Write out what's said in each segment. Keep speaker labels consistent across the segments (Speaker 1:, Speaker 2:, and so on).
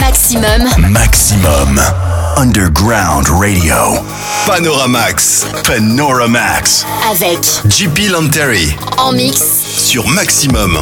Speaker 1: Maximum.
Speaker 2: Maximum. Underground Radio. Panoramax. Panoramax.
Speaker 1: Avec
Speaker 2: JP Lanteri.
Speaker 1: En mix.
Speaker 2: Sur Maximum.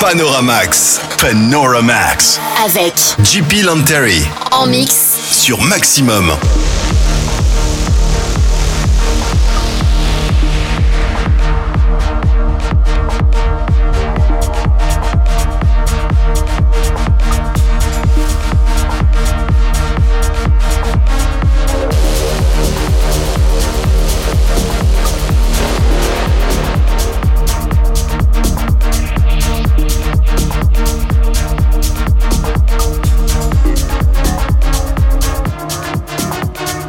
Speaker 2: Panoramax, Panoramax,
Speaker 1: avec
Speaker 2: JP Lanteri
Speaker 1: en mix
Speaker 2: sur Maximum.
Speaker 3: Thank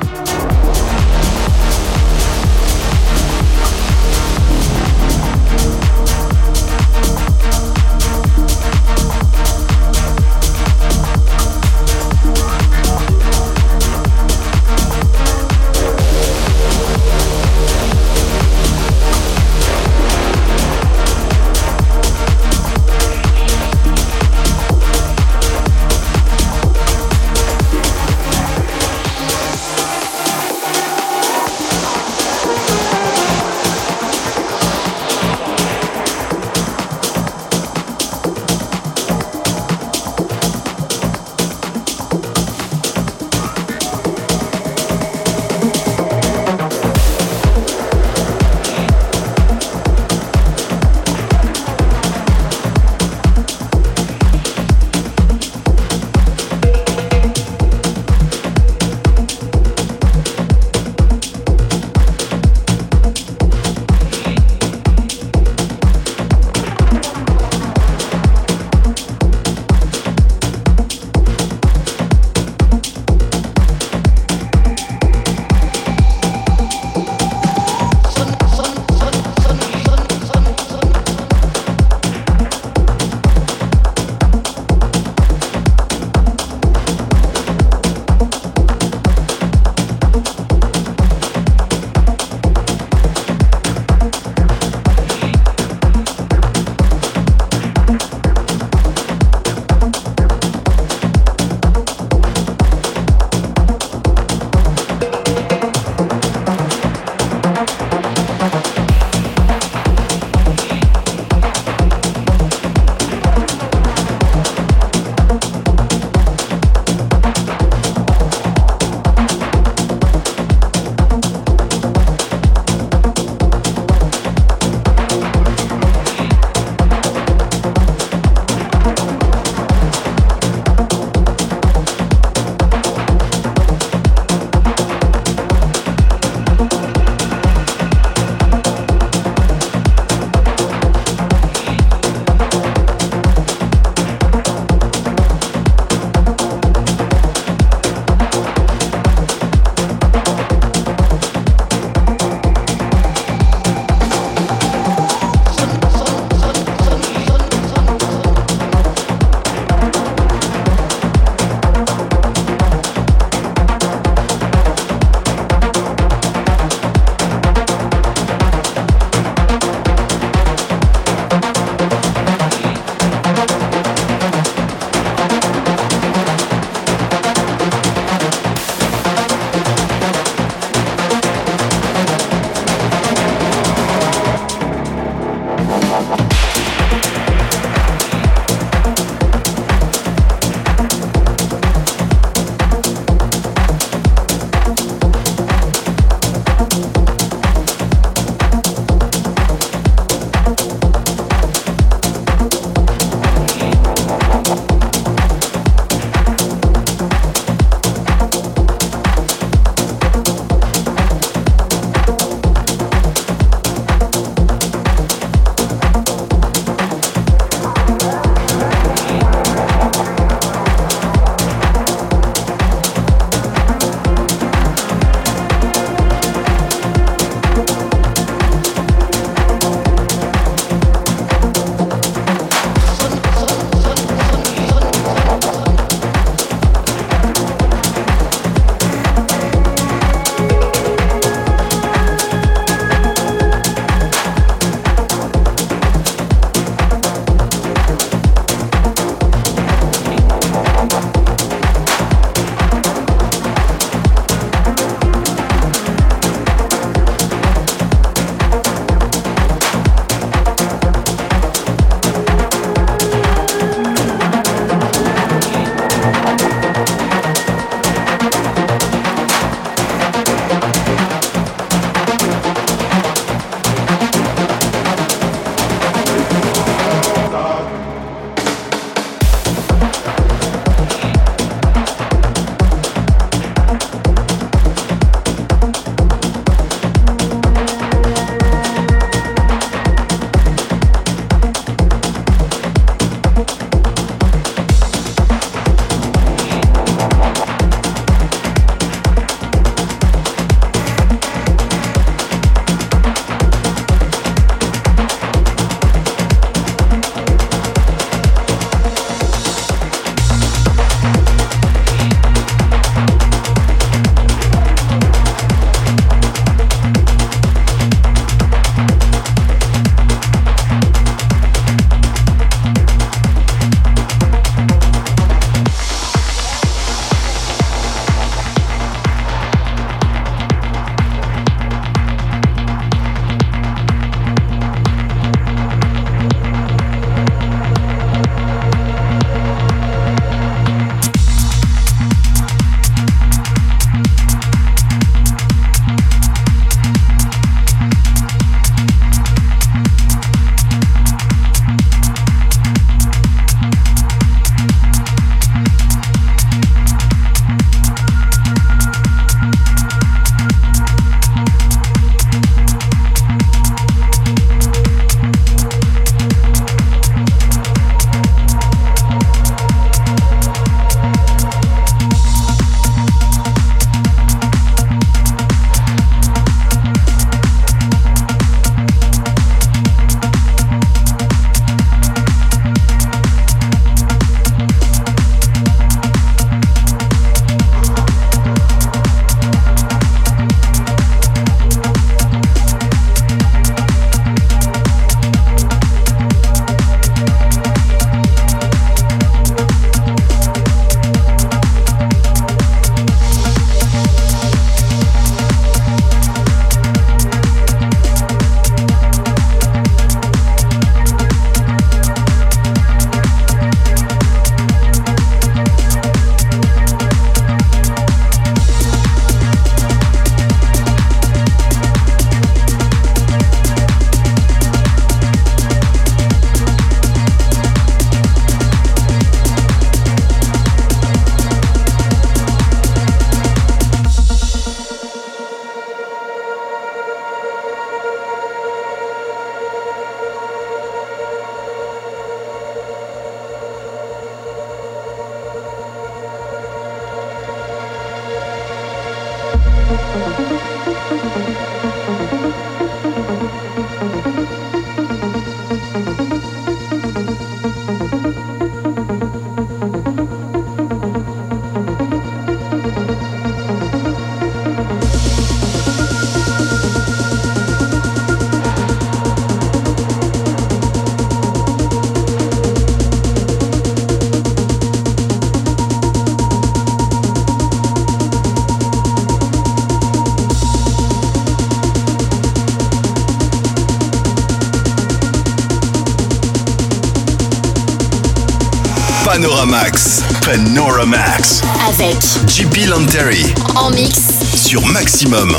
Speaker 2: Panoramax. Panoramax.
Speaker 1: avec
Speaker 2: JP Lanteri
Speaker 1: en mix
Speaker 2: sur Maximum.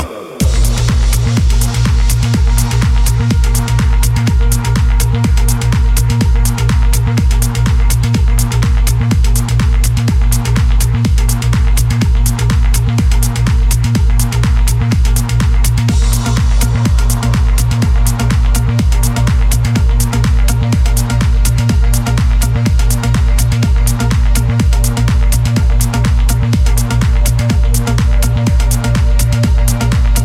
Speaker 3: Thank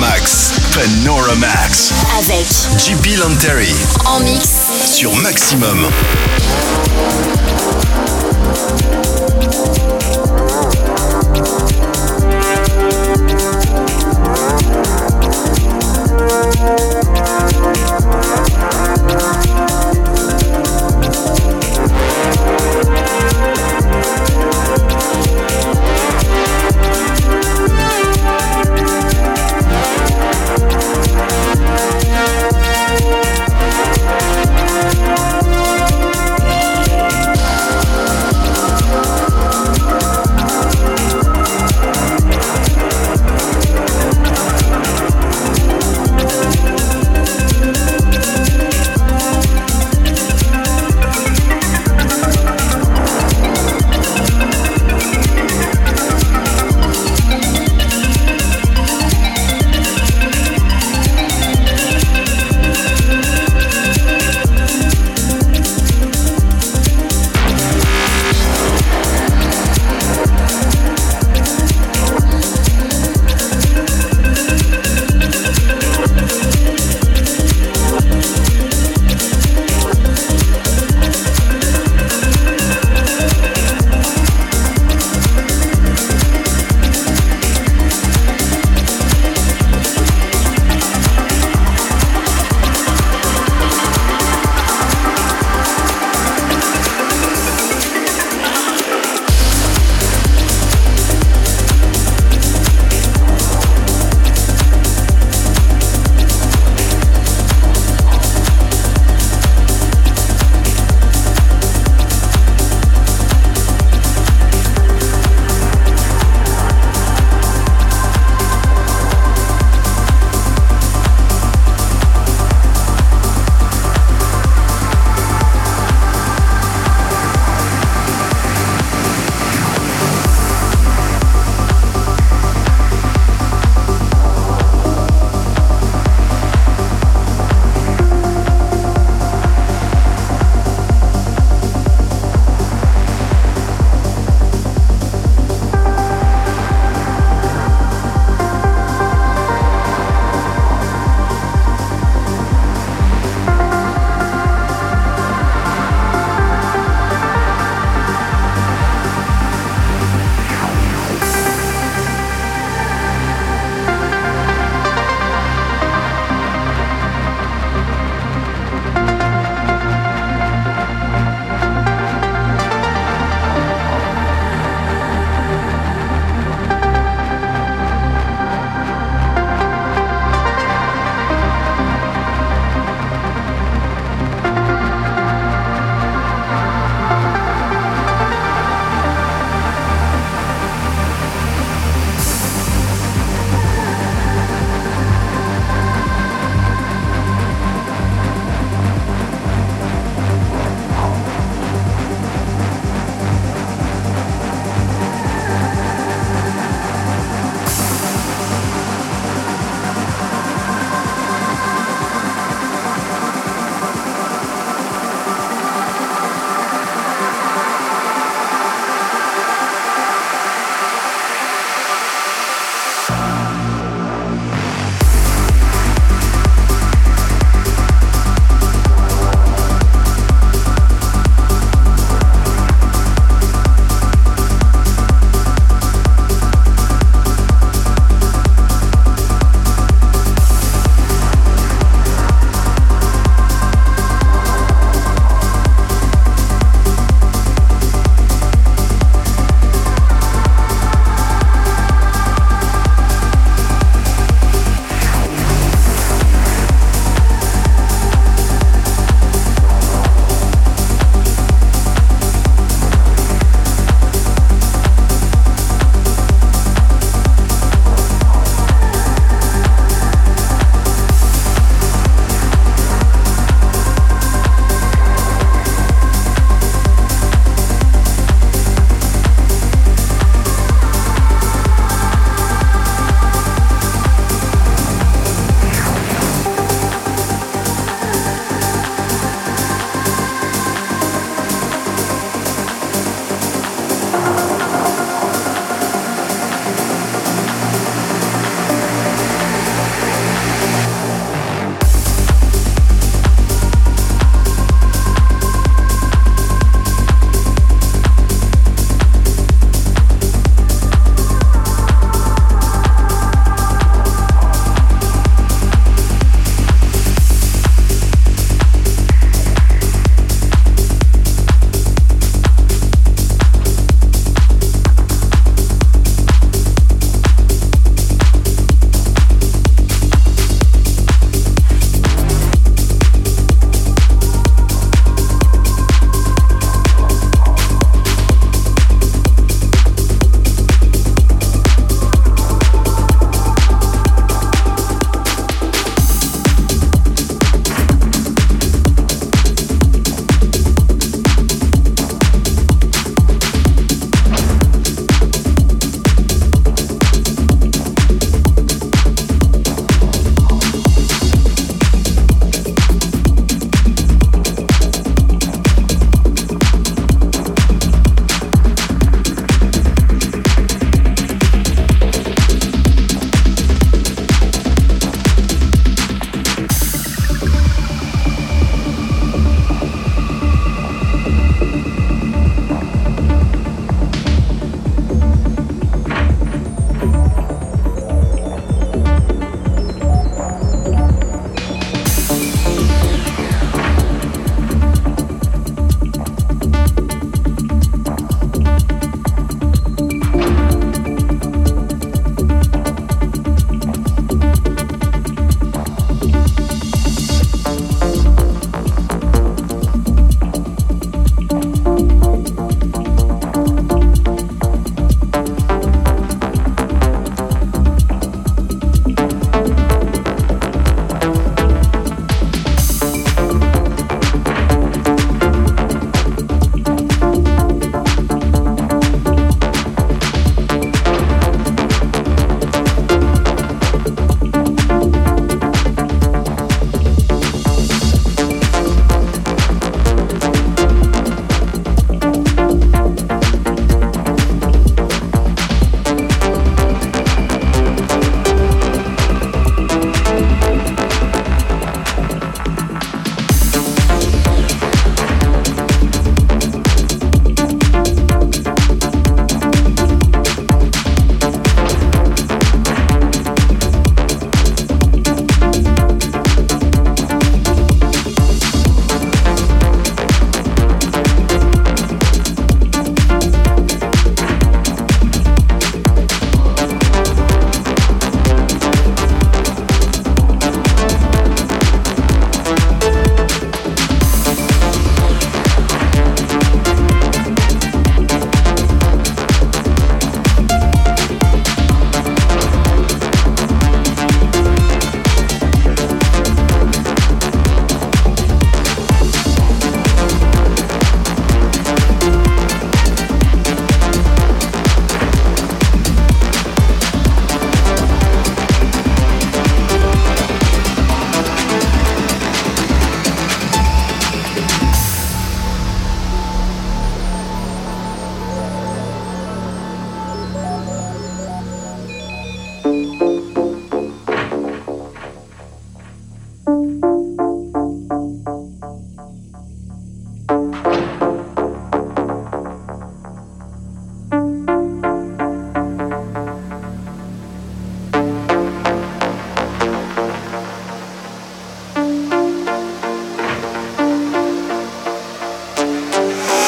Speaker 2: Max, Panoramax,
Speaker 1: avec
Speaker 2: JP Lanteri
Speaker 1: en mix
Speaker 2: sur Maximum.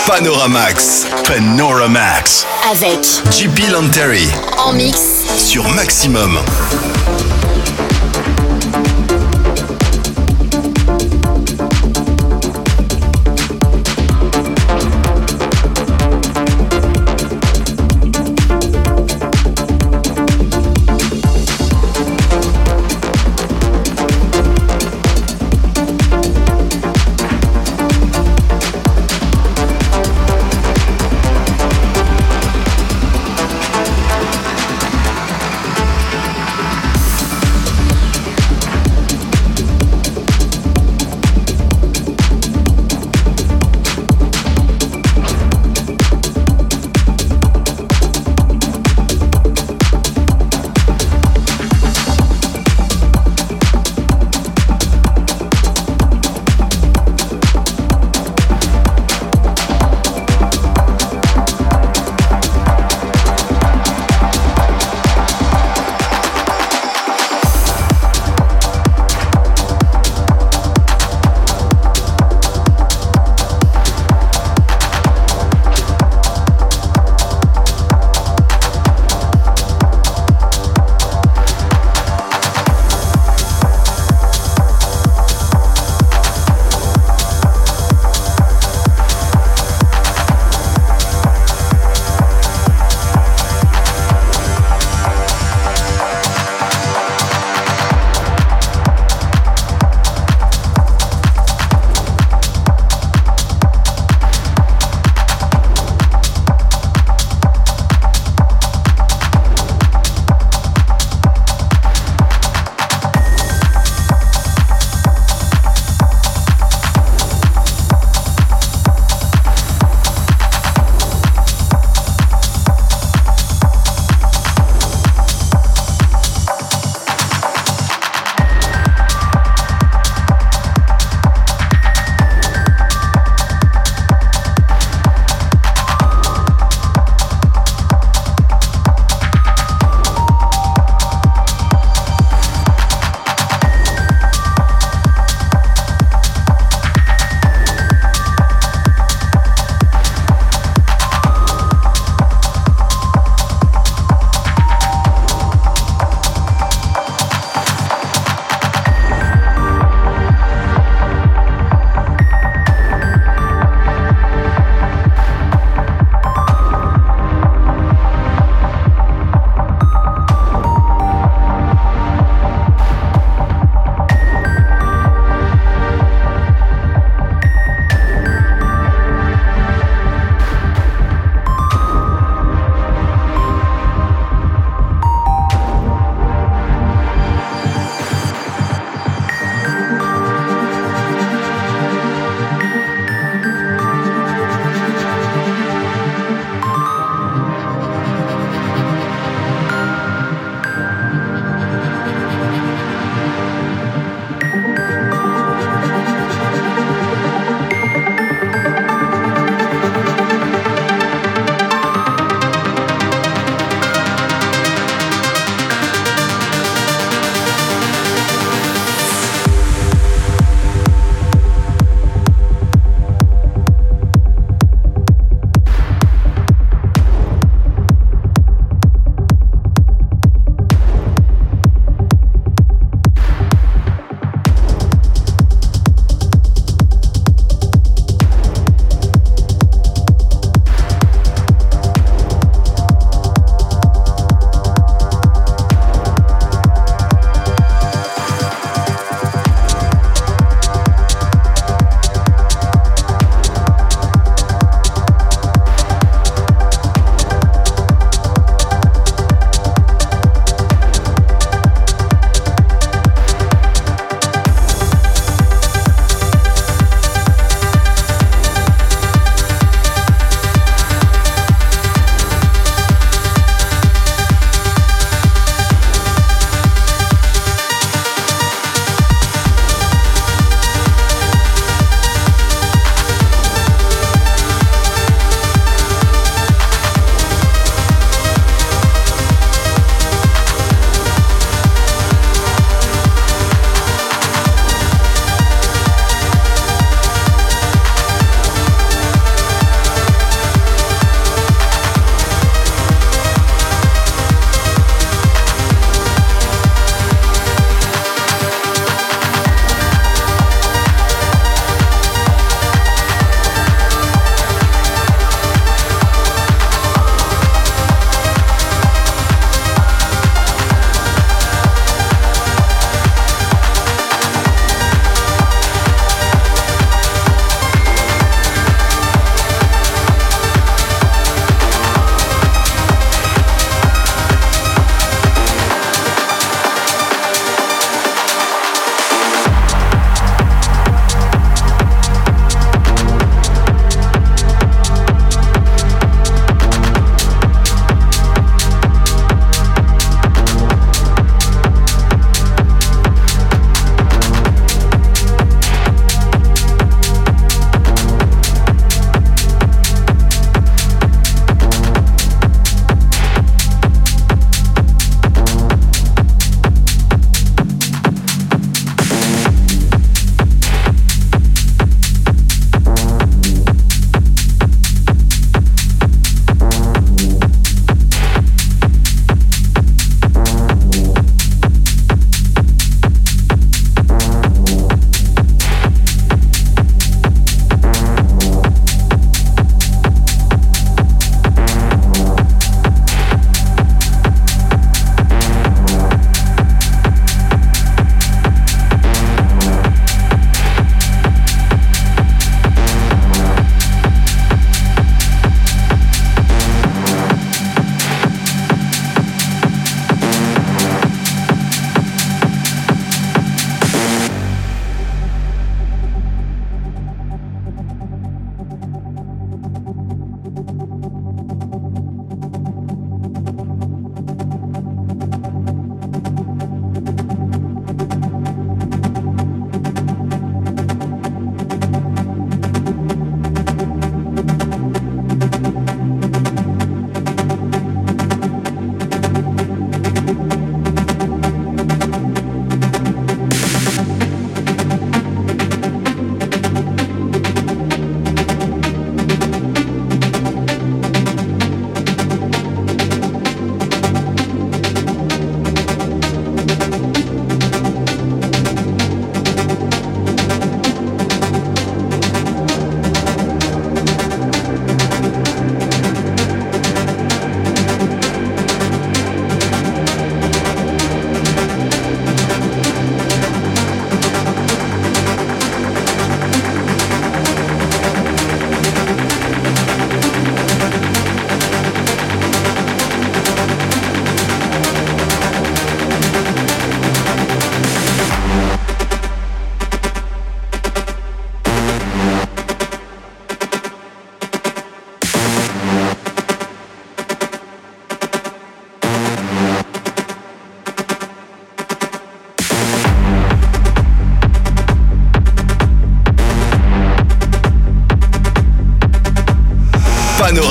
Speaker 2: Panoramax. Panoramax.
Speaker 1: avec
Speaker 2: JP Lanteri
Speaker 1: en mix
Speaker 2: sur Maximum.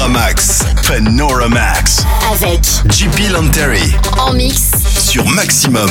Speaker 2: Max, Panoramax,
Speaker 1: avec
Speaker 2: JP Lanteri
Speaker 1: En Mix
Speaker 2: sur Maximum.